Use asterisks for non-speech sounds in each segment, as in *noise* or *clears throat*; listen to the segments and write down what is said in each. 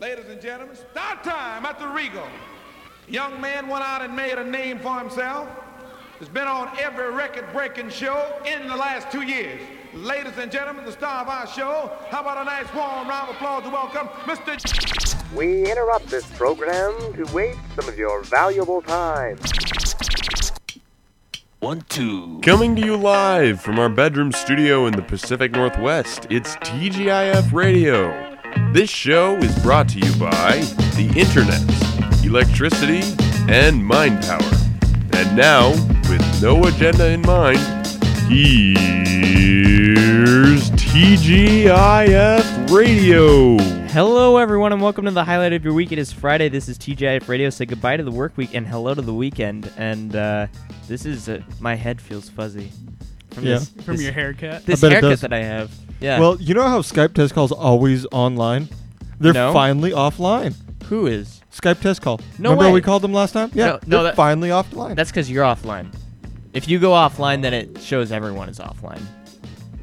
Ladies and gentlemen, start time at the Regal. Young man went out and made a name for himself. Has been on every record-breaking show in the last two years. Ladies and gentlemen, the star of our show. How about a nice warm round of applause to welcome Mr. We interrupt this program to waste some of your valuable time. One, two. Coming to you live from our bedroom studio in the Pacific Northwest, it's TGIF Radio. This show is brought to you by the Internet, electricity, and mind power. And now, with no agenda in mind, here's TGIF Radio. Hello, everyone, and welcome to the highlight of your week. It is Friday. This is TGIF Radio. Say goodbye to the work week and hello to the weekend. And uh, this is uh, my head feels fuzzy from Yeah. this From this- your haircut? This bet it haircut does. that I have. *laughs* Yeah. Well, you know how Skype test calls always online? They're No. finally offline. who is? Skype test call. No Remember how way. we called them last time? Yeah. No- no, they're that- finally offline. That's because you're offline. If you go offline, then it shows everyone is offline.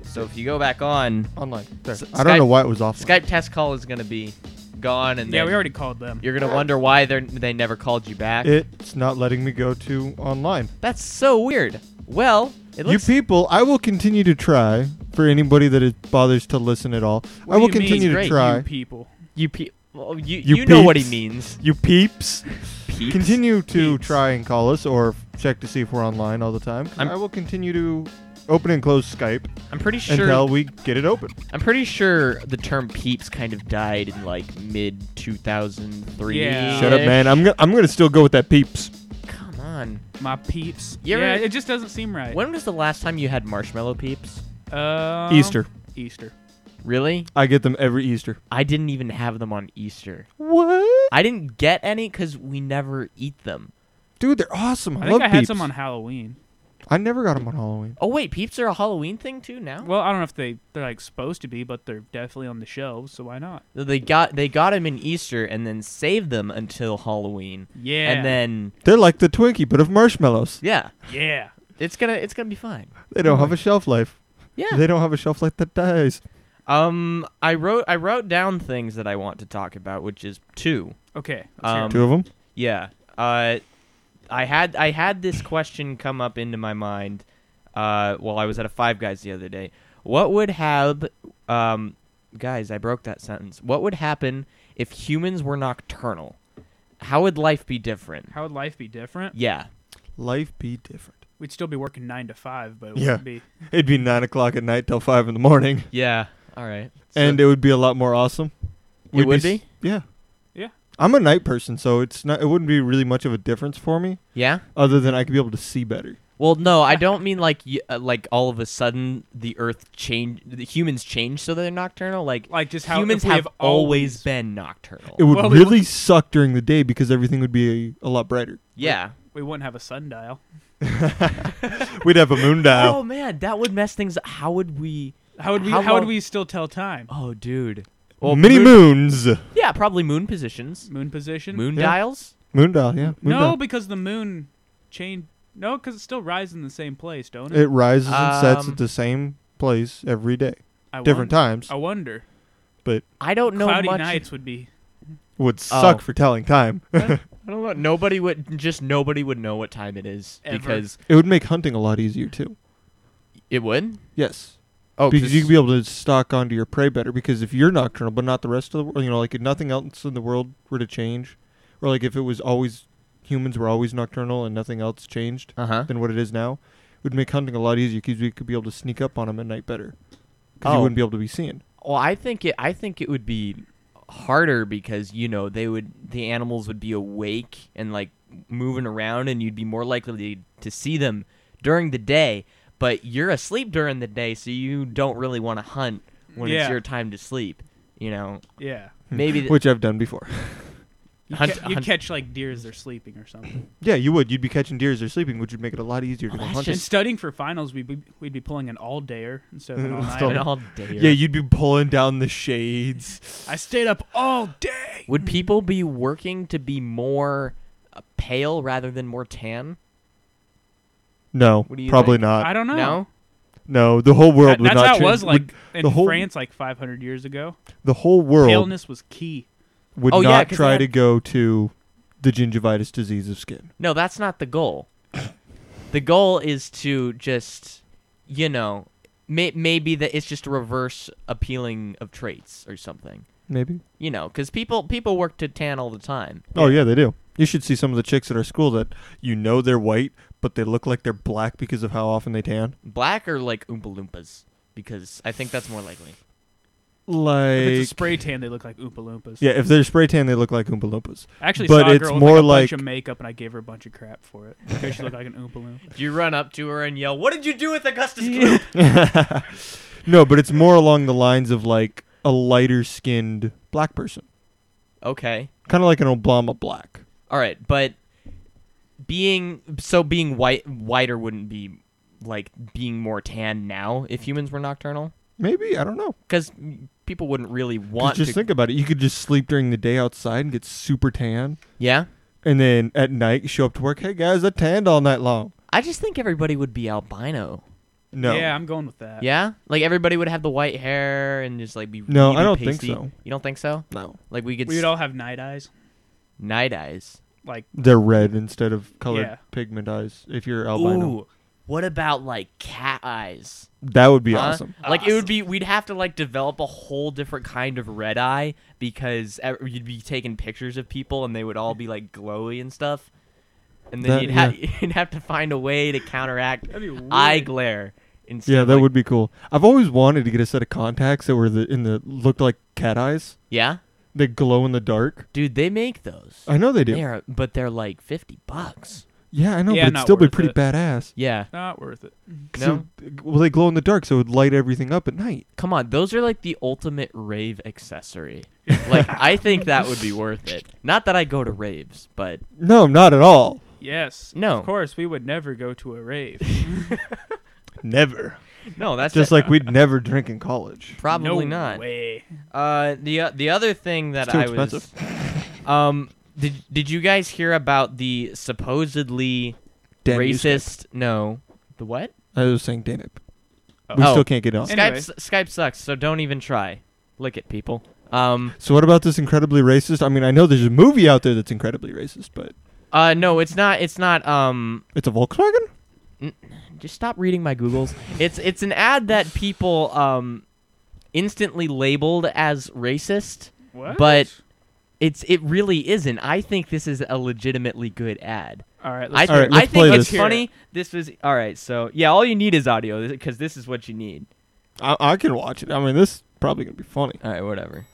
So if you go back on, online. There. S- I don't know Skype- why it was offline. Skype test call is gonna be gone, and Yeah, then we already called them. You're gonna wonder why they they never called you back. It's not letting me go to online. That's so weird. Well, it You looks people, I will continue to try for anybody that it bothers to listen at all. What I do will you mean, continue to Great, try. You people. you pe- well, you, You you, know what he peeps. means. You peeps. Peeps. Continue to Peeps. try and call us or f- check to see if we're online all the time. 'cause I'm- I will continue to open and close Skype I'm pretty until sure. we get it open. I'm pretty sure the term peeps kind of died in like mid 2003. Yeah. Shut up, man. I'm gonna I'm gonna still go with that peeps. Come on. My peeps. You ever- yeah, it just doesn't seem right. When was the last time you had marshmallow peeps? Um, Easter. Easter. Really? I get them every Easter. I didn't even have them on Easter. What? I didn't get any because we never eat them. Dude, they're awesome. I, I think love I had peeps. some on Halloween. I never got them on Halloween. Oh wait, peeps are a Halloween thing too now. Well, I don't know if they they're like supposed to be, but they're definitely on the shelves. So why not? They got they got them in Easter and then saved them until Halloween. Yeah. And then They're like the Twinkie, but of marshmallows. yeah, Yeah. it's gonna it's gonna be fine. They don't have a shelf life. Yeah. They don't have a shelf life that dies. Um, I wrote I wrote down things that I want to talk about, which is two. Okay. let's hear Um, Two of them. Yeah. Uh, I had I had this question come up into my mind uh, while I was at a Five Guys the other day. What would have um, guys? I broke that sentence. What would happen if humans were nocturnal? How would life be different? it. How would life be different? Yeah. Life be different. We'd still be working nine to five, but it Yeah. wouldn't be. It'd be nine o'clock at night till five in the morning, Yeah. All right. and it would be a lot more awesome. It We'd would s- Yeah. Yeah. I'm a night person, so it's not. It wouldn't be really much of a difference for me, Yeah. other than I could be able to see better. Well, no, I don't mean like y- uh, like all of a sudden the Earth change, the humans change so they're nocturnal. Like Like just how humans if we have always always been nocturnal. It would Well, we really suck during the day because everything would be a, a lot brighter. yeah. We wouldn't have a sundial. We'd have a moon dial. Oh man, that would mess things. up. How would we? How would we? How How, would long- we still tell time? Oh, dude. Mini moons. Yeah, probably moon positions, Moon position. moon Yeah. dials. Moon dial, yeah. Moon No, dial. because the moon changed. No, because it still rises in the same place, don't it? It rises and sets Um, at the same place every day, I different won- times. I wonder. I don't know Cloudy much. nights would be. Would suck Oh. for telling time. *laughs* I don't know. Nobody would just nobody would know what time it is Ever. because It would make hunting a lot easier too. it would. Yes, Oh, because 'cause- you'd be able to stalk onto your prey better. Because if you're nocturnal, but not the rest of the world, you know, like if nothing else in the world were to change, or like if it was always humans were always nocturnal and nothing else changed uh-huh. than what it is now, it would make hunting a lot easier because we could be able to sneak up on them at night better. Oh. Because you wouldn't be able to be seen. Well, I think it. I think it would be harder because you know they would. The animals would be awake and like moving around, and you'd be more likely to see them during the day. But you're asleep during the day, so you don't really want to hunt when it's Yeah. your time to sleep. You know, Yeah. maybe th- *laughs* Which I've done before. *laughs* You, Hunt- ca- you hunt- catch like deer as they're sleeping or something. Yeah, you would. You'd be catching deer as they're sleeping, which would make it a lot easier to go that's hunting. and studying for finals, we'd be, we'd be pulling an all dayer *laughs* instead of an all Still- an nighter. all day. Yeah, you'd be pulling down the shades. I stayed up all day. would people be working to be more uh, pale rather than more tan? No, What do you probably think? not. I don't know. No. No, the whole world That- would that's not how change. it was would- like in the whole France like 500 years ago. the whole world Paleness was key. would Oh, yeah, 'cause not they try had- to go to the gingivitis disease of skin. No, that's not the goal. the goal is to just, you know, may- maybe that it's just a reverse appealing of traits or something. Maybe. You know, because people people work to tan all the time. Oh yeah, they do. You should see some of the chicks at our school that you know they're white, but they look like they're black because of how often they tan. Black or like Oompa Loompas, because I think that's more likely. If Like it's a spray tan, they look like Oompa Loompas. yeah, if they're spray tan, they look like Oompa Loompas. I actually but saw a it's girl with more like a bunch like- of makeup, and I gave her a bunch of crap *laughs* for it because she looked like an Oompa Loompa. You run up to her and yell, "What did you do with Augustus Gloop?" No, but it's more along the lines of like a lighter skinned black person, *laughs* okay, kind of like an Obama black. all right, but being so being white whiter wouldn't be like being more tan now if humans were nocturnal, Maybe I don't know. 'Cause because people wouldn't really want just to. think about it. You could just sleep during the day outside and get super tan, yeah, and then at night you show up to work. Hey guys, I tanned all night long. I just think everybody would be albino. No, Yeah, I'm going with that. Yeah, like everybody would have the white hair and just like be. No, really I don't think pasty. so. You don't think so? no, Like we could We s- would all have night eyes. night eyes. Like, they're red instead of colored Yeah. pigment eyes. If you're albino, Ooh, what about like cat eyes? that would be Huh? awesome. Like it would be, we'd have to like develop a whole different kind of red eye because ev- you'd be taking pictures of people and they would all be like glowy and stuff, and then That- you'd, ha- *laughs* you'd have to find a way to counteract That'd be eye weird. glare. Instead Yeah, of, that like- would be cool. I've always wanted to get a set of contacts that were the in the looked like cat eyes. Yeah, They glow in the dark. dude, they make those. I know they do. They are, but they're like fifty bucks. Yeah, I know, Yeah, but it'd not still be worth pretty it. badass. *laughs* Yeah, not worth it. no, So, well, they glow in the dark, so it would light everything up at night. come on, those are like the ultimate rave *laughs* accessory. like I think that would be worth it. Not that I go to raves, but No, not at all. Yes. No. Of course, we would never go to a rave. Never. no, that's Just it. like we'd never drink in college. *laughs* probably no not. Way. Uh, the the other thing that It's too I expensive. was *laughs* um did did you guys hear about the supposedly Dan, you racist no the what I was saying Danip. We Oh. still can't get on. Skype Anyway. s- Skype sucks so don't even try lick it people um So what about this incredibly racist? I mean, I know there's a movie out there that's incredibly racist, but uh no it's not it's not um it's a Volkswagen. just stop reading my googles it's it's an ad that people um instantly labeled as racist What? But- it's it really isn't I think this is a legitimately good ad all right. I, Let's th- All right, I let's think play it's this. funny. This was all right. So yeah, all you need is audio because this is what you need. I, I can watch it. I mean, this is probably gonna be funny. All right, whatever.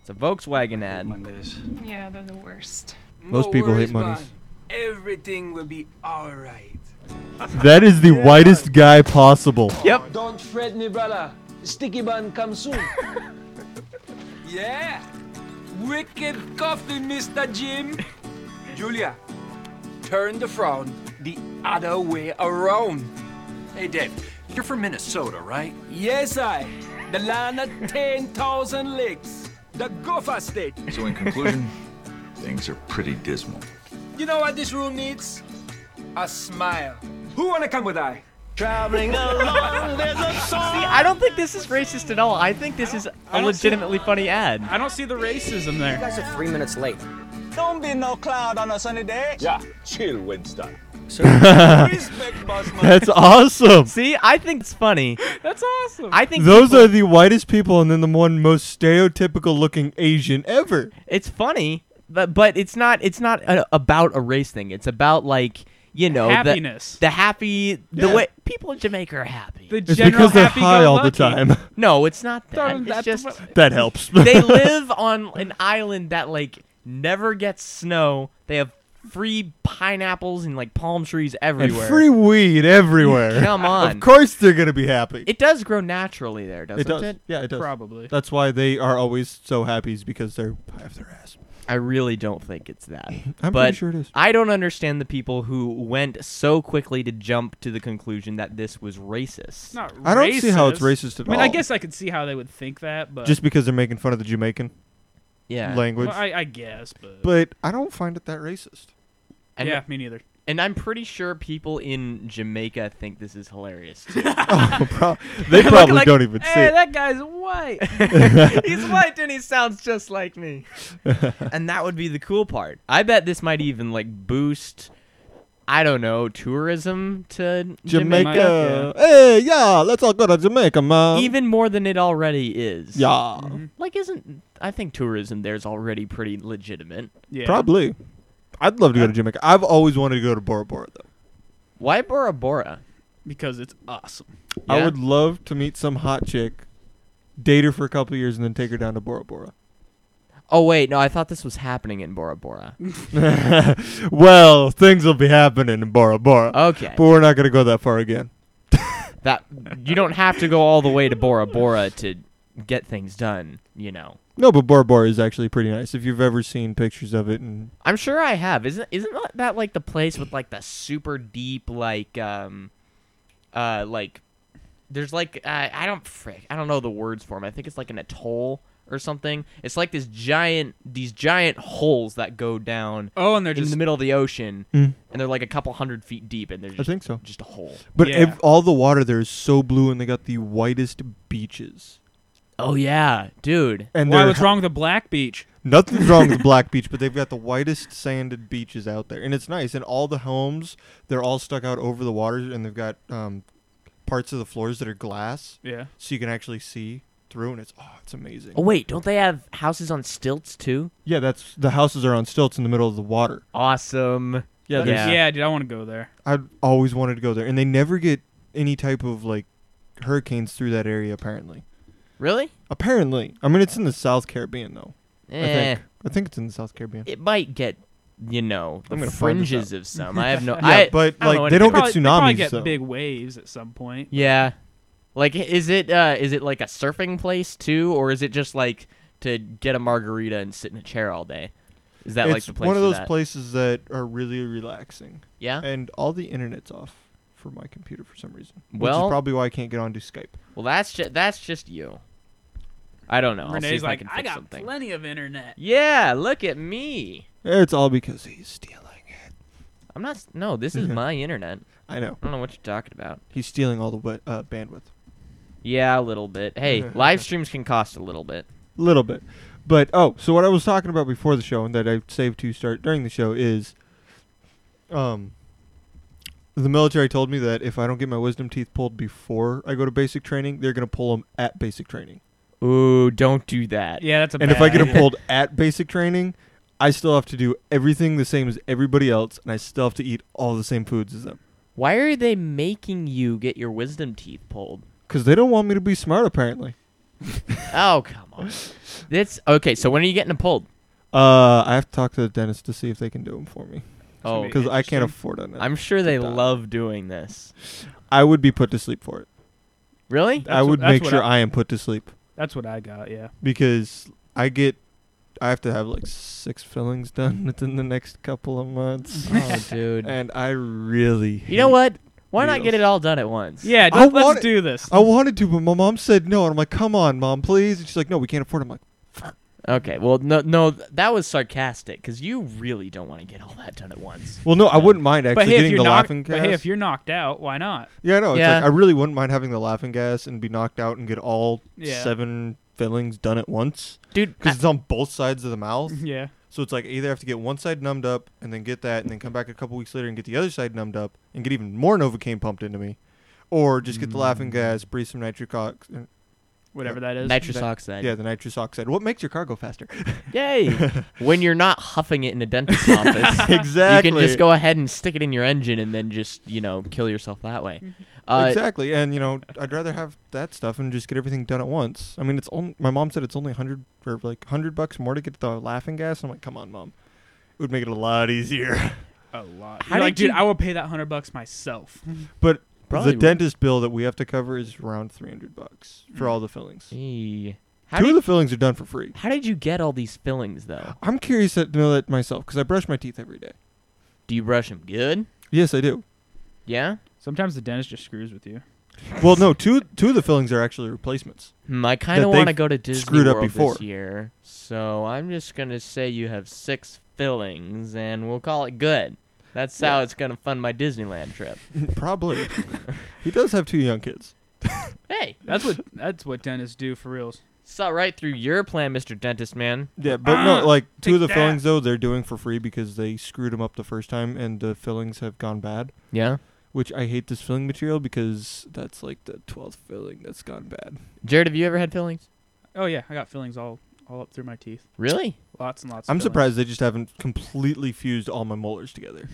It's a Volkswagen Oh ad. Mondays. Yeah, they're the worst. Most people hate monies. Everything will be alright. *laughs* That is the whitest guy possible. Don't fret, me brother. Sticky bun comes soon. *laughs* yeah. Wicked coffee, Mr. *laughs* Jim. Julia, turn the frown the other way around. Hey, Dave, you're from Minnesota, right? Yes, I. The land of 10,000 lakes. The Gopher State. So in conclusion, things are pretty dismal. You know what this room needs? A smile. Who wanna come with I? Traveling along, there's a song. I don't think this is racist at all. I think this is a don't see- legitimately funny ad. I don't see the racism there. guys are three minutes late. Don't be no cloud on a sunny day. Yeah, chill, Winston. Respect, boss man. That's awesome. See, I think it's funny. That's awesome. I think Those people- are the whitest people, and then the one most stereotypical looking Asian ever. it's funny, but but it's not it's not a, about a race thing. It's about like you know the- Happiness. the, happy the Yeah. way people in Jamaica are happy. the It's general because they're happy-go-lucky. high all the time. *laughs* *laughs* no, it's not that. Don't- It's that's just what- that *laughs* helps. *laughs* they live on an island that like never gets snow. They have free pineapples and like palm trees and everywhere. free weed everywhere. *laughs* Come on. Of course they're gonna be happy. It does grow naturally there, doesn't it? does. Yeah, it does. Probably. That's why they are always so happy is because they're high off their ass. I really don't think it's *laughs* that. pretty but sure it is. I don't understand the people who went so quickly to jump to the conclusion that this was racist. Not I don't see how it's racist at I mean, I all. guess I could see how they would think that, but Just because they're making fun of the Jamaican Yeah. language. well, I, I guess, but, but I don't find it that racist. *laughs* And yeah, me neither. And I'm pretty sure people in Jamaica think this is hilarious *laughs* too. Oh, pro- they probably don't even see hey, it. "Eh, that guy's *laughs* white. He's white and he sounds just like me. and that would be the cool part. I bet this might even like boost I don't know, tourism to Jamaica. Jamaica. Hey, yeah, let's all go to Jamaica, man. Even more than it already is. yeah, Like isn't I think tourism there's already pretty legitimate. Yeah. probably. I'd love to go to Jamaica. I've always wanted to go to Bora Bora though. Why Bora Bora? Because it's awesome. I Yeah. would love to meet some hot chick, date her for a couple of years, and then take her down to Bora Bora. Oh wait, no, I thought this was happening in Bora Bora. well, things will be happening in Bora Bora, Okay. but we're not gonna go that far again. that you don't have to go all the way to Bora Bora to get things done, you know. No, but Bora Bora is actually pretty nice. If you've ever seen pictures of it, and I'm sure I have. Isn't isn't that- that like the place with like the super deep like um uh like there's like uh, I don't frick I don't know the words for 'em. I think it's like an atoll or something. It's like this giant these giant holes that go down Oh, and they're in just the middle of the ocean Mm. and they're like a couple hundred feet deep and they're I just think so. just a hole. But Yeah. ev- all the water there is so blue, and they got the whitest beaches. Oh yeah, dude. And Why? they're What's wrong with the Black Beach? Nothing's wrong *laughs* with Black Beach, but they've got the whitest sanded beaches out there, and it's nice. And all the homes, they're all stuck out over the waters, and they've got um, parts of the floors that are glass, Yeah. so you can actually see through, and it's oh, it's amazing. Oh wait, don't they have houses on stilts too? Yeah, that's the houses are on stilts in the middle of the water. Awesome. Yeah, That is- there's- yeah. dude, I want to go there. I've always wanted to go there, and they never get any type of like hurricanes through that area. Apparently, Really? apparently, I mean it's in the South Caribbean though. I Eh. think I think it's in the South Caribbean. it might get you know I'm the gonna find this fringes of *laughs* some. I have *laughs* no. Yeah, I, but, I don't know like, they don't anything. get Probably- they probably tsunamis, get though. big waves at some point. Yeah, like is it uh is it like a surfing place too, or is it just like to get a margarita and sit in a chair all day? Is that it's like the place? one for of those eh. that? places that are really relaxing. Yeah. and all the internet's off for my computer for some reason. which Well- is probably why I can't get onto Skype. Well, that's just that's just you. I don't know. I'll see Renee's if I like, can I, fix got something. plenty of internet. Yeah, look at me. It's all because he's stealing it. I'm not. s- No, this *laughs* is my internet. I know I don't know what you're talking about. he's stealing all the wa- uh, bandwidth, Yeah, a little bit. *laughs* Hey, live streams can cost a little bit. a little bit. But oh, so what I was talking about before the show and that I saved to start during the show is, um, the military told me that if I don't get my wisdom teeth pulled before I go to basic training, they're gonna pull them at basic training. Ooh, don't do that. Yeah, that's a. And if I bad get them idea. pulled at basic training, I still have to do everything the same as everybody else, and I still have to eat all the same foods as them. Why are they making you get your wisdom teeth pulled? Because they don't want me to be smart, apparently. Oh, come on. That's okay. So when are you getting them pulled? Uh, I have to talk to the dentist to see if they can do them for me. Oh, Because I can't Interesting. afford it. I'm sure they Stop. love doing this. I would be put to sleep for it. Really? I That's would what- that's make what sure I- I am put to sleep That's what I got. Yeah. because I get, I have to have like six fillings done *laughs* within the next couple of *laughs* months, Oh, *laughs* dude. and I really. You know hate- what? Why not get Needles. it all done at once? Yeah. I Let's, want it- let's do this. I wanted to, but my mom said no, and I'm like, "Come on, mom, please." And she's like, "No, we can't afford." It. I'm like, Okay. Well, no, no, th- that was sarcastic because you really don't want to get all that done at once. "Well, no, I wouldn't mind actually But hey, if getting you're the knock- laughing but gas." hey, if you're knocked out, why *laughs* not? *laughs* Yeah, I know. It's Yeah. like I really wouldn't mind having the laughing gas and be knocked out and get all Yeah. seven fillings done at once Dude, because it's on both sides of the mouth. Yeah. So it's like I either have to get one side numbed up and then get that, and then come back a couple weeks later and get the other side numbed up and get even more novocaine pumped into me, or just get the laughing Mm. gas, breathe some nitric oxide. Whatever that is. nitrous that- oxide. Yeah, the nitrous oxide. What makes your car go *laughs* faster? *laughs* Yay. when you're not huffing it in a dentist's office. exactly. You can just go ahead and stick it in your engine and then just, you know, kill yourself that way. Mm-hmm. Uh, exactly, and you know, I'd rather have that stuff and just get everything done at once. I mean, it's only my mom said it's only hundred or like hundred bucks more to get the laughing gas. I'm like, come on, mom, it would make it a lot easier. *laughs* A lot. How You're like, did you- dude, I will pay that hundred bucks myself. *laughs* But Probably the would. dentist bill that we have to cover is around three hundred bucks Mm. for all the fillings. Gee. How Two did of the fillings are done for free. How did you get all these fillings though? I'm curious to know that myself because I brush my teeth every day. Do you brush them good? Yes, I do. Yeah. Sometimes the dentist just screws with you. Well, no, two two of the fillings are actually replacements. Hmm, I kind That of want to they've go to Disney screwed up World before. this year, so I'm just gonna say you have six fillings, and we'll call it good. That's how it's gonna fund my Disneyland trip. *laughs* Probably. *laughs* he does have two young kids. Hey, That's *laughs* what that's what dentists do for reals. saw right through your plan, Mister Dentist Man. Yeah, but no, like two of the take that. fillings though they're doing for free because they screwed them up the first time and the fillings have gone bad. Yeah. Which I hate this filling material because that's like the twelfth filling that's gone bad. Jared, have you ever had fillings? Oh yeah, I got fillings all all up through my teeth. Really? Lots and lots. I'm of fillings. surprised they just haven't completely fused all my molars *laughs* together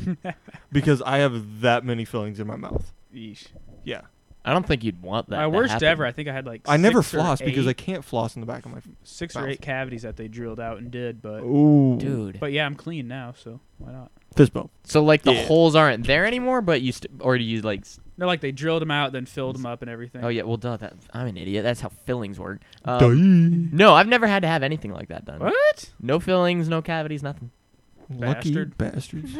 because I have that many fillings in my mouth. Yeesh. Yeah, I don't think you'd want that. My to worst happen. ever. I think I had like I never six or floss because I eight- can't floss in the back of my. F- six mouth. or eight cavities that they drilled out and did, but Ooh, Dude. but yeah, I'm clean now, so why not? fist bump. so like the Yeah. holes aren't there anymore, but you st- or do you like? s- No, like they drilled them out, then filled them up and everything. Oh yeah, well duh. That I'm an idiot. That's how fillings work. Um, no, I've never had to have anything like that done. What? No fillings, no cavities, nothing. *laughs* Lucky Bastard. bastards.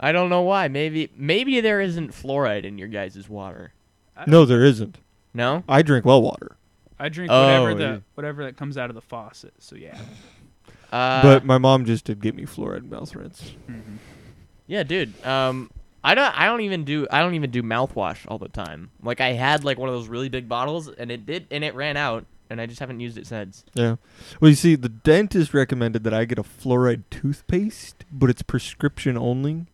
I don't know why. Maybe maybe there isn't fluoride in your guys' water. *laughs* No, there isn't. No. I drink well water, I drink Oh, whatever yeah. the whatever that comes out of the faucet. So yeah. Uh, but my mom just did get me fluoride mouth rinse. Yeah, dude. Um, I don't. I don't even do. I don't even do mouthwash all the time. Like I had like one of those really big bottles, and it did, and it ran out, and I just haven't used it since. Yeah. Well, you see, the dentist recommended that I get a fluoride toothpaste, but it's prescription only.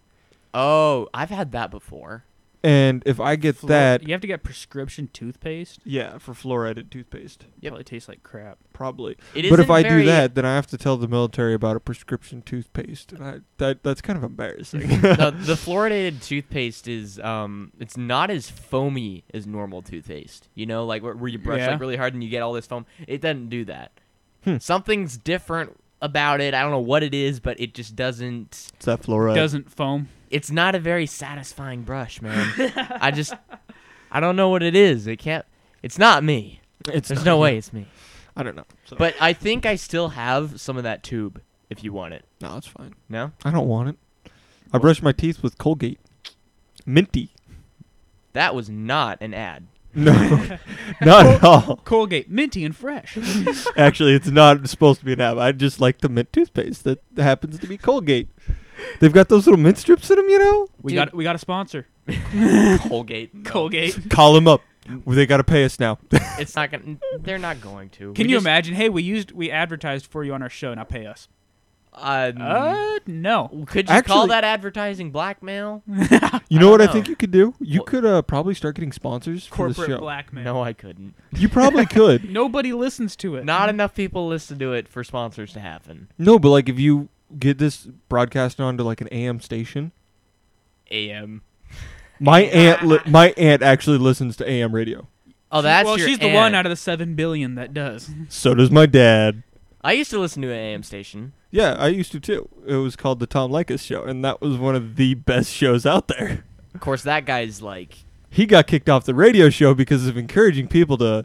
Oh, I've had that before. And if I get Fluor- that, you have to get prescription toothpaste. yeah, for fluoridated toothpaste, Yep. Probably tastes like crap. probably. It but if isn't I very- do that, then I have to tell the military about a prescription toothpaste, and I that that's kind *laughs* of embarrassing. *laughs* the, the fluoridated toothpaste is um, it's not as foamy as normal toothpaste. You know, like where, where you brush Yeah. Hmm. like really hard and you get all this foam. It doesn't do that. Something's different about it. I don't know what it is, but it just doesn't. it's that fluoride. Doesn't foam. it's not a very satisfying brush, *laughs* man. I just I don't know what it is. It can't it's not me. It's There's no way it's me. I don't know. So. But I think I still have some of that tube if you want it. no, it's fine. No? I don't want it. I brush my teeth with Colgate, *laughs* minty. That was not an ad. No, *laughs* not at all. Colgate, minty *laughs* and fresh. Actually, it's not supposed to be an app. I just like the mint toothpaste that happens to be Colgate. They've got those little mint strips in them, you know. We Dude. *laughs* got we got a sponsor. Oh. Colgate. no. *laughs* Colgate. Call them up. They got to pay us now. *laughs* It's not gonna they're not going to. Can We you just- imagine? Hey, we used we advertised for you on our show. Now pay us. um, Uh, no. could you call actually- that advertising *laughs* blackmail? You know what don't I think know. you could do? You What? could uh, probably start getting sponsors for the Corporate show. blackmail. No, I couldn't. You *laughs* probably could. Nobody listens to it. Not enough people listen to it for sponsors to happen. No, but like if you get this broadcast onto like an AM station, AM. my aunt li- my aunt actually listens to AM radio. Oh, that's well, your she's the one aunt. out of the seven billion *laughs* that does. So does my dad. I used to listen to an AM station. Yeah, I used to too. It was called the Tom Likas show, and that was one of the best shows out there. Of course, that guy's like He got kicked off the radio show because of encouraging people to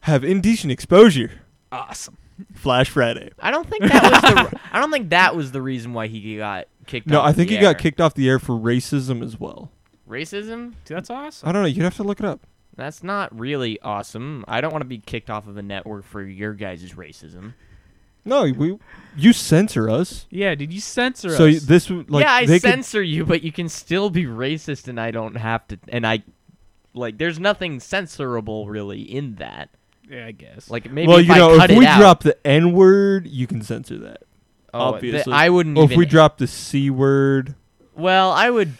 have indecent exposure. Awesome. Flash Friday. I don't think that was *laughs* the. I don't think that was the reason why he got kicked. No, off I think the he got air. kicked off the air for racism as well. Racism? Dude, that's awesome. I don't know. You'd have to look it up. That's not really awesome. I don't want to be kicked off of a network for your guys' racism. No, we you censor us. Yeah, did you censor So us? y- this w- like yeah, I they could- censor you, but you can still be racist, and I don't have to. And I, like, there's nothing censorable really in that. yeah, I guess. Like, maybe well, if you I know, cut if it we out, drop the N word, you can censor that. oh, th- obviously, I wouldn't. Or even, e if we drop the C word, well, I would,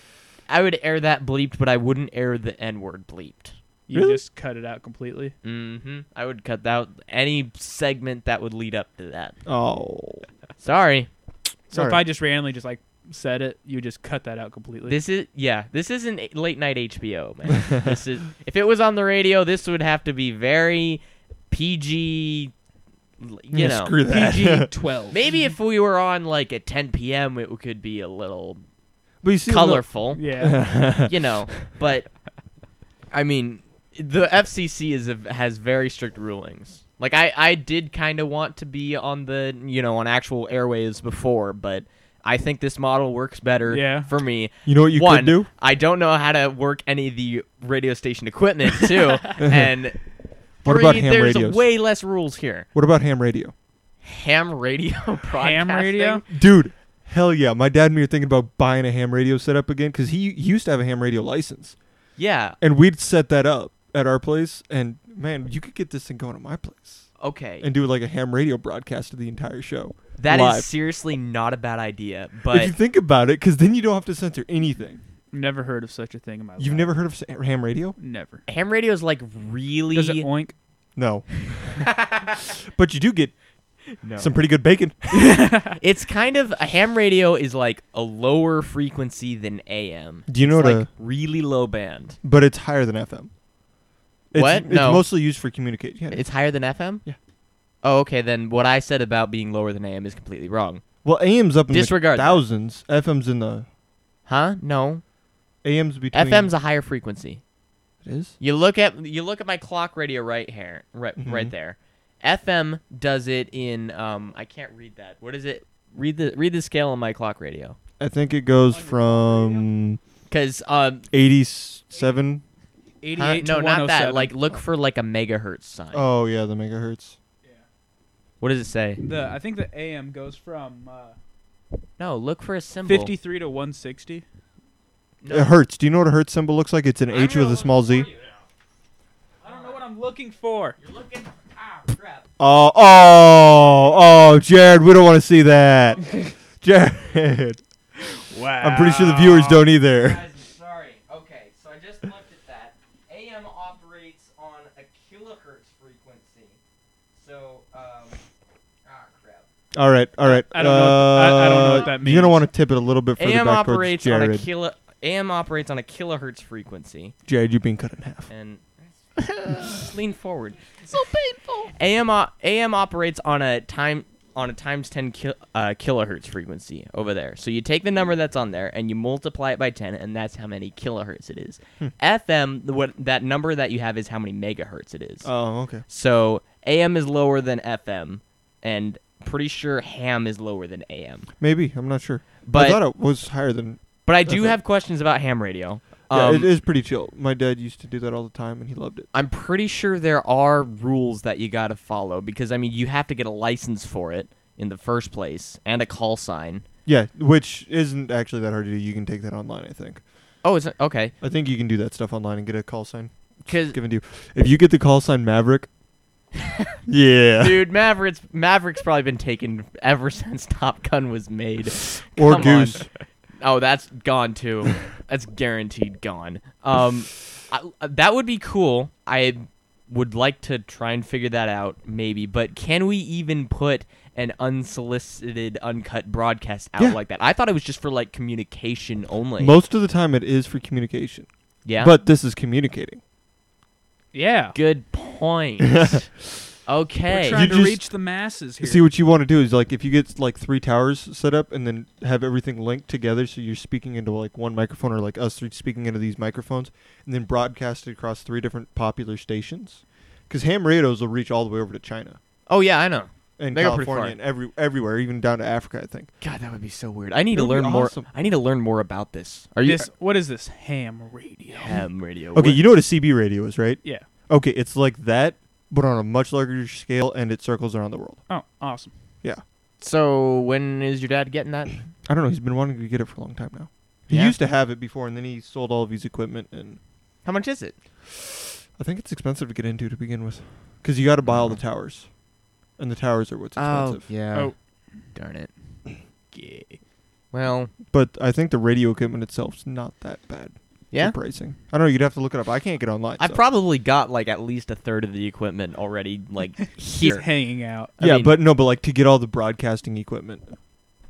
I would air that bleeped, but I wouldn't air the N word bleeped. you Really? just cut it out completely. Mm-hmm. I would cut out any segment that would lead up to that. oh, Sorry. So if Sorry. I just randomly just like said it, you just cut that out completely. *laughs* This is yeah. This isn't a- late night HBO, man. this is if it was on the radio, this would have to be very PG. You Yeah, know, screw that. PG. twelve. Maybe if we were on like at 10 p.m., it could be a little but you see, no- *laughs* colorful, Yeah. you know. But I mean, the FCC is a, has very strict rulings. Like I, I did kind of want to be on the you know on actual airways before, but I think this model works better Yeah. for me. You know what you could One, do? I don't know how to work any of the radio station *laughs* equipment too, and *laughs* What about three, ham there's radios? way less rules here. what about ham radio, Ham radio, *laughs* Ham radio? broadcasting? dude? Hell yeah. My dad and me are thinking about buying a ham radio setup again because he used to have a ham radio license. Yeah. And we'd set that up at our place. And man, you could get this thing going at my place Okay. and do like a ham radio broadcast of the entire show. That is live. seriously not a bad *laughs* idea, if but you think about it, because then you don't have to censor anything. Never heard of such a thing in my life. You've never heard of s- ham radio? Never. ham radio is like really Does it oink? *laughs* No. but you do get some pretty good bacon. it's kind of a ham radio is like a lower frequency than AM. Do you know It's what like a- really low band? but it's higher than FM. It's, What? It's No. mostly used for communication. Yeah. It's higher than FM? Yeah. Oh, okay, then what I said about being lower than AM is completely wrong. Well, AM's up in Disregard the that. thousands. FM's in the Huh? No. AM's between. FM's a higher frequency. It is. You look at you look at my clock radio right here, right Mm-hmm. right there. FM does it in um I can't read that. What is it? Read the read the scale on my clock radio. I think it goes from Cuz um 87. huh? 88 no, to not 107. that. Like look for like a megahertz sign. Oh yeah, the megahertz. What does it say? the I think the AM goes from uh, No, look for a symbol. 53 to 160. No. A hertz. Do you know what a hertz symbol looks like? It's an H with a small Z. I don't know what I'm looking for. Oh, oh, oh, Jared, we don't want to *laughs* see that. Jared. Wow. I'm pretty sure the viewers don't either. Guys, I'm sorry. Okay, so I just looked at that. AM operates on a kilohertz frequency. So, um, ah, crap. All right, all right. I don't know what- I- I don't know uh, what that You're means. gonna want to tip it a little bit further AM back operates towards on a Jared. kilo. AM operates on a kilohertz frequency, Jared, you're being cut in half. *laughs* and lean forward. So painful. AM o- AM operates on a time on a times ten kil- uh, kilohertz frequency over there. So you take the number that's on there and you multiply it by ten, and that's how many kilohertz it is. Hmm. FM, the- what that number that you have is how many megahertz it is. Oh, okay. So AM is lower than FM, and pretty sure ham is lower than AM. Maybe I'm not sure. I But- thought it was higher than. But I do Okay. have questions about ham radio. Yeah, Um, it is pretty chill. My dad used to do that all the time, and he loved it. I'm pretty sure there are rules that you got to follow because I mean you have to get a license for it in the first place and a call sign. Yeah, which isn't actually that hard to do. You can take that online, I think. Oh, is it okay? I think you can do that stuff online and get a call sign Because given to you. If you get the call *laughs* sign Maverick, yeah, dude, Maverick's Maverick's probably been taken ever *laughs* since Top Gun was made. or Come on. Goose. Oh, that's gone *laughs* too. that's guaranteed gone. Um, I, that would be cool. I would like to try and figure that out, maybe. But can we even put an unsolicited, uncut broadcast out Yeah. like that? I thought it was just for like communication only. Most of the time, it is for communication. yeah. But this is communicating. Yeah. good point. *laughs* We're okay. trying to just- reach the masses here. See what you want to do is like if you get like three towers set up and then have everything linked together, so you're speaking into like one microphone or like us three speaking into these microphones, and then broadcasted across three different popular stations, because ham radios will reach all the way over to China oh yeah, I know. and They go pretty California far. and every everywhere, even down to Africa, I think. God, that would be so weird. I need That to would be learn more. awesome. I need to learn more about this. Are you this, what is this? Ham radio. ham radio? Okay, What- you know what a CB radio is, right? Yeah. Okay, it's like that, but on a much larger scale, and it circles around the world. Oh, awesome. so when is your dad getting that? I don't know. He's been wanting to get it for a long time now. He Yeah? used to have it before, and then he sold all of his equipment and. How much is it? I think it's expensive to get into to begin with, because you got to buy all the towers, and the towers are what's expensive. Mm. Oh yeah. Oh. Darn it. yeah. Well, But I think the radio equipment itself's not that bad. yeah. For pricing. I don't know. You'd have to look it up. I can't get online. I so. probably got like at least a third of the equipment already *laughs* like He's here. hanging out. I yeah, mean- but no, but like to get all the broadcasting equipment,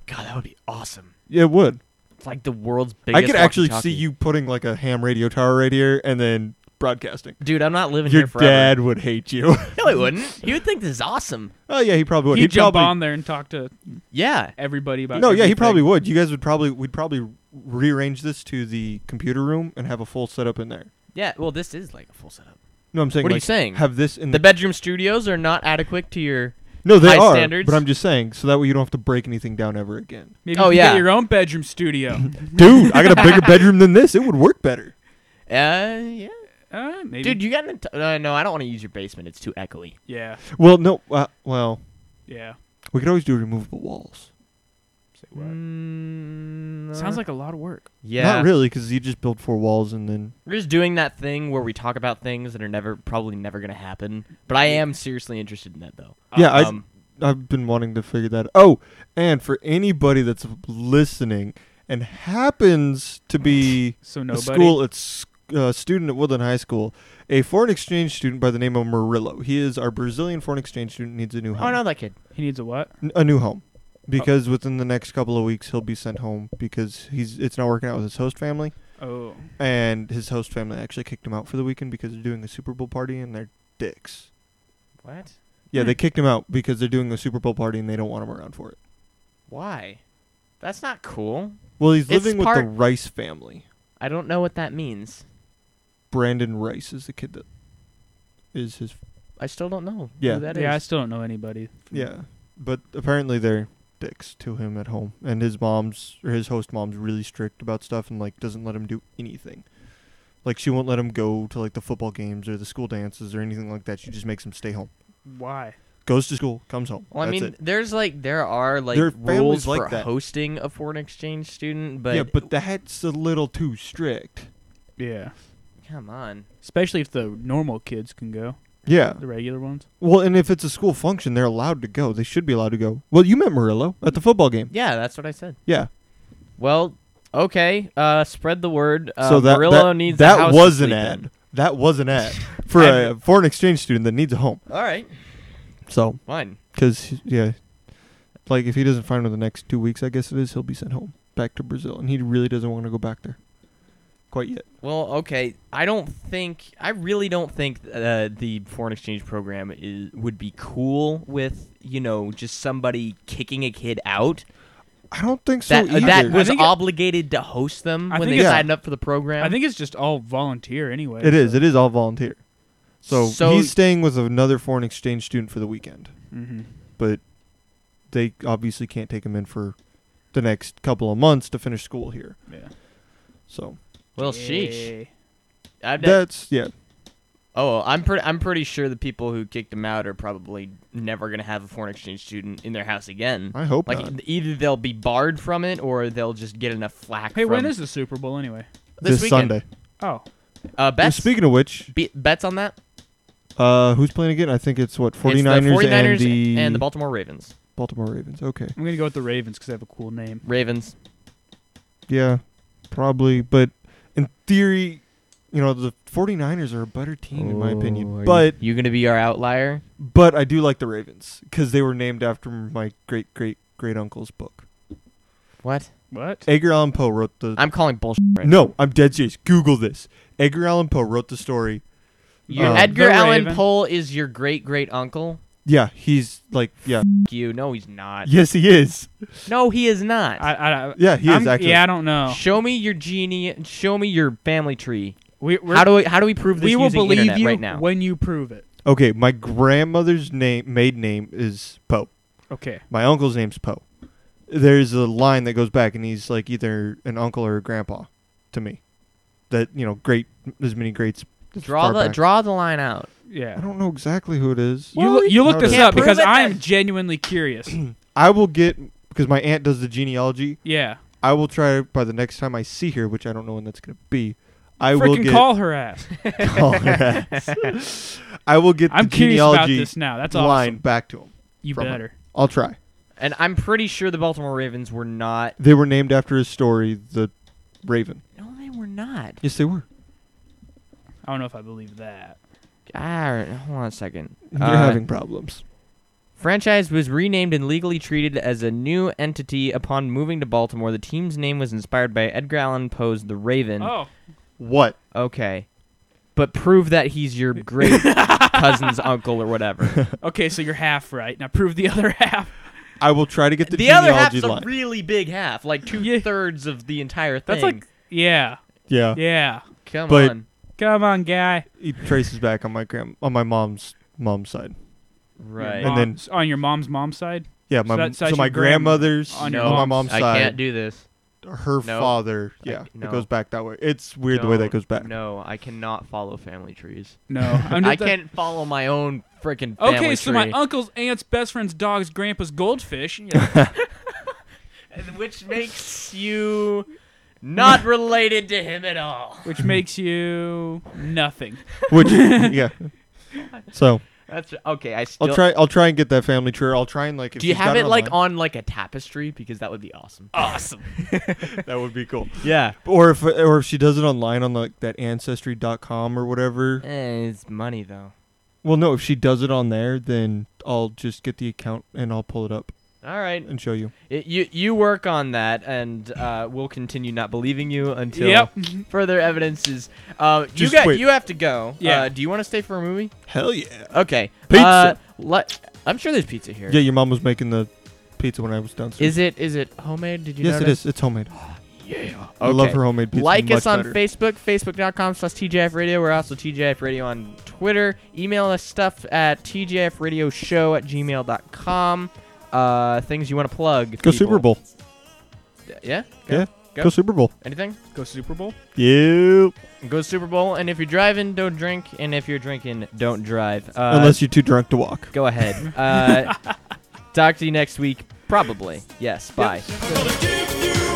God, that would be awesome. yeah, it would. It's like the world's I biggest. could actually walkie-talkie. see you putting like a ham radio tower right here and then broadcasting. Dude, I'm not living Your here forever. dad would hate you. *laughs* No, he wouldn't. He would think this is awesome. oh yeah, he probably would. He'd He'd jump probably, on there and talk to Yeah. everybody about No, yeah, he everything. probably would. You guys would probably we'd probably rearrange this to the computer room and have a full setup in there. Yeah. Well, this is like a full setup. No, I'm saying. What are you like, saying? Have this in The the, bedroom studios are not adequate to your. no, they high are. standards? But I'm just saying, so that way you don't have to break anything down ever again. Maybe Oh, you can yeah. Get your own bedroom studio. *laughs* Dude, I got a bigger bedroom than this. It would work better. Uh, yeah. uh, maybe. Dude, you got an. ent- Uh, no, I don't want to use your basement. It's too echoey. Yeah. Well, no, uh, well, Yeah. we could always do removable walls. Say what? Mm, Sounds like a lot of work. yeah. Not really, because you just build four walls and then We're just doing that thing where we talk about things that are never, probably never gonna happen. But I am seriously interested in that though. Yeah, I- um, I've been wanting to figure that. Oh, and for anybody that's listening and happens *laughs* to be So a nobody. school at s- uh, student at Woodland High School, a foreign exchange student by the name of Murillo. He is our Brazilian foreign exchange student. Needs a new oh home. no, that kid. He needs a what? N- a new home, because within the next couple of weeks he'll be sent home because he's it's not working out with his host family, Oh, and his host family actually kicked him out for the weekend because they're doing a Super Bowl party and they're dicks. What? Yeah, Hmm. they kicked him out because they're doing a Super Bowl party and they don't want him around for it. Why? That's not cool. Well, he's It's living with part- the Rice family. I don't know what that means. Brandon Rice is the kid that is his. I still don't know Yeah. who that is. yeah. I still don't know anybody. Yeah, Mm. but apparently they're dicks to him at home, and his mom's or his host mom's really strict about stuff and like doesn't let him do anything. Like she won't let him go to like the football games or the school dances or anything like that. She just makes him stay home. Why? Goes to school, comes home. Well, I That's mean, it. there's like there are like There are families rules like for that. hosting a foreign exchange student, but yeah, but that's a little too strict. Yeah. come on, Especially if the normal kids can go, Yeah. the regular ones. Well, and if it's a school function, they're allowed to go. They should be allowed to go. Well, you met Murillo at the football game. yeah, that's what I said. Yeah. Well, okay, uh, spread the word. Uh, so that Murillo that, needs that a house was to an sleep ad. in. That was *laughs* an ad for a foreign exchange student that needs a home. All right, So, fine. because yeah, like if he doesn't find him in the next two weeks, I guess it is he'll be sent home back to Brazil, and he really doesn't want to go back there quite yet. Well, okay. I don't think I really don't think uh, the foreign exchange program is, would be cool with you know just somebody kicking a kid out I don't think so that uh, either. that was think it- obligated to host them I when think they it's- signed up for the program. I think it's just all volunteer anyway. it is. It is all volunteer. So, So- he's staying with another foreign exchange student for the weekend, Mm-hmm. but they obviously can't take him in for the next couple of months to finish school here. Yeah. So well, sheesh. Yeah. I bet- that's yeah. Oh, I'm pretty. I'm pretty sure the people who kicked him out are probably never gonna have a foreign exchange student in their house again. I hope Like not. e- either they'll be barred from it, or they'll just get enough flack. Hey, when from- is the Super Bowl anyway? this, weekend. Sunday. Oh, Uh, bets. Speaking of which, be- bets on that. uh, who's playing again? I think it's what It's the 49ers, 49ers and the and the Baltimore Ravens. Baltimore Ravens. Okay, I'm gonna go with the Ravens because they have a cool name. Ravens. yeah, probably. But in theory, you know the 49ers are a better team in my Oh, opinion. But you, gonna be our outlier? but I do like the Ravens because they were named after my great great great uncle's book. What? What? Edgar Allan Poe wrote the. I'm calling bullshit. Right now. no, I'm dead serious. Google this. Edgar Allan Poe wrote the story. Uh, Your Um, Edgar The Allan Raven. Poe is your great great uncle. Yeah, he's like *laughs* yeah. F- you? No, he's not. Yes, he is. No, he is not. I, I, Yeah, he I'm- is actually. Yeah, I don't know. Show me your genie. Show me your family tree. We we're, How do we? How do we prove this we will using believe internet you right now? when you prove it. Okay, my grandmother's name maiden name is Poe. Okay. My uncle's name's Poe. There's a line that goes back, and he's like either an uncle or a grandpa to me. That you know, great as many greats. as Draw far the back. draw the line out. I Yeah. don't know exactly who it is. You loo- you look How this does- up Prove because it I then. am genuinely *clears throat* curious. I will get because my aunt does the genealogy. yeah. I will try by the next time I see her, which I don't know when that's gonna be. I will Freaking get. *laughs* call her ass. call her ass. I will get I'm the curious about genealogy this now. That's line awesome. back to him. You from her. better. I'll try. And I'm pretty sure the Baltimore Ravens were not. They were named after his story, the Raven. No, they were not. Yes, they were. I don't know if I believe that. Ah, hold on a second. They're Uh, having problems. Franchise was renamed and legally treated as a new entity upon moving to Baltimore. The team's name was inspired by Edgar Allan Poe's The Raven. Oh, What? Okay. But prove that he's your *laughs* great cousin's uncle or *laughs* whatever. okay. So you're half right. Now prove the *laughs* other half. I will try to get the, The, other half's genealogy line. a really big half, like two Yeah. thirds of the entire thing. That's like yeah, yeah. yeah. come but- on, Come on, guy. He traces back on my grand on my mom's mom's side. right? And then- Mom's- on your mom's mom's side. Yeah, So my that's- so, that's my your grand- grandmother's on on, your my mom's- mom's I side. can't do this. her No. father. Yeah, no. it goes back that way. It's weird the way that Don't. goes back. No, I cannot follow family trees. No, *laughs* I'm I just- can't follow my own freaking family Okay, so my tree. *laughs* uncle's aunt's best friend's dog's grandpa's goldfish. which makes you not related to him at all. which makes you nothing. *laughs* *laughs* Which *laughs* yeah. So That's okay. I still I'll try. I'll try and get that family tree. I'll try and like. If Do you she's have got it like online- on like a tapestry because that would be awesome. Awesome. That would be cool. Yeah. Or if or if she does it online on like that ancestry.com or whatever. Eh, it's money though. Well, no, if she does it on there, then I'll just get the account and I'll pull it up All right. and show you. Y- you you work on that, and uh, we'll continue not believing you until Yep. *laughs* further evidence is. Uh, you Just got wait. you have to go. Yeah. Uh, do you want to stay for a movie? Hell yeah. Okay. Pizza. Uh, le- I'm sure there's pizza here. Yeah, your mom was making the pizza when I was downstairs. Is it is it homemade? Did you yes, it notice? is. It's homemade. Yeah. I love her homemade pizza. Like us much on better. Facebook, facebook.com slash TJF Radio. We're also TJF Radio on Twitter. Email us stuff at TJFRadioshow at gmail.com. Uh, things you want to plug. Go people. Super Bowl. Yeah? Yeah. Go. Go Super Bowl. Anything? Go Super Bowl. Yeah. Go Super Bowl. And if you're driving, don't drink. And if you're drinking, don't drive. Uh, Unless you're too drunk to walk. Go ahead. *laughs* Uh, talk to you next week. Probably. Yes. Bye. gonna give you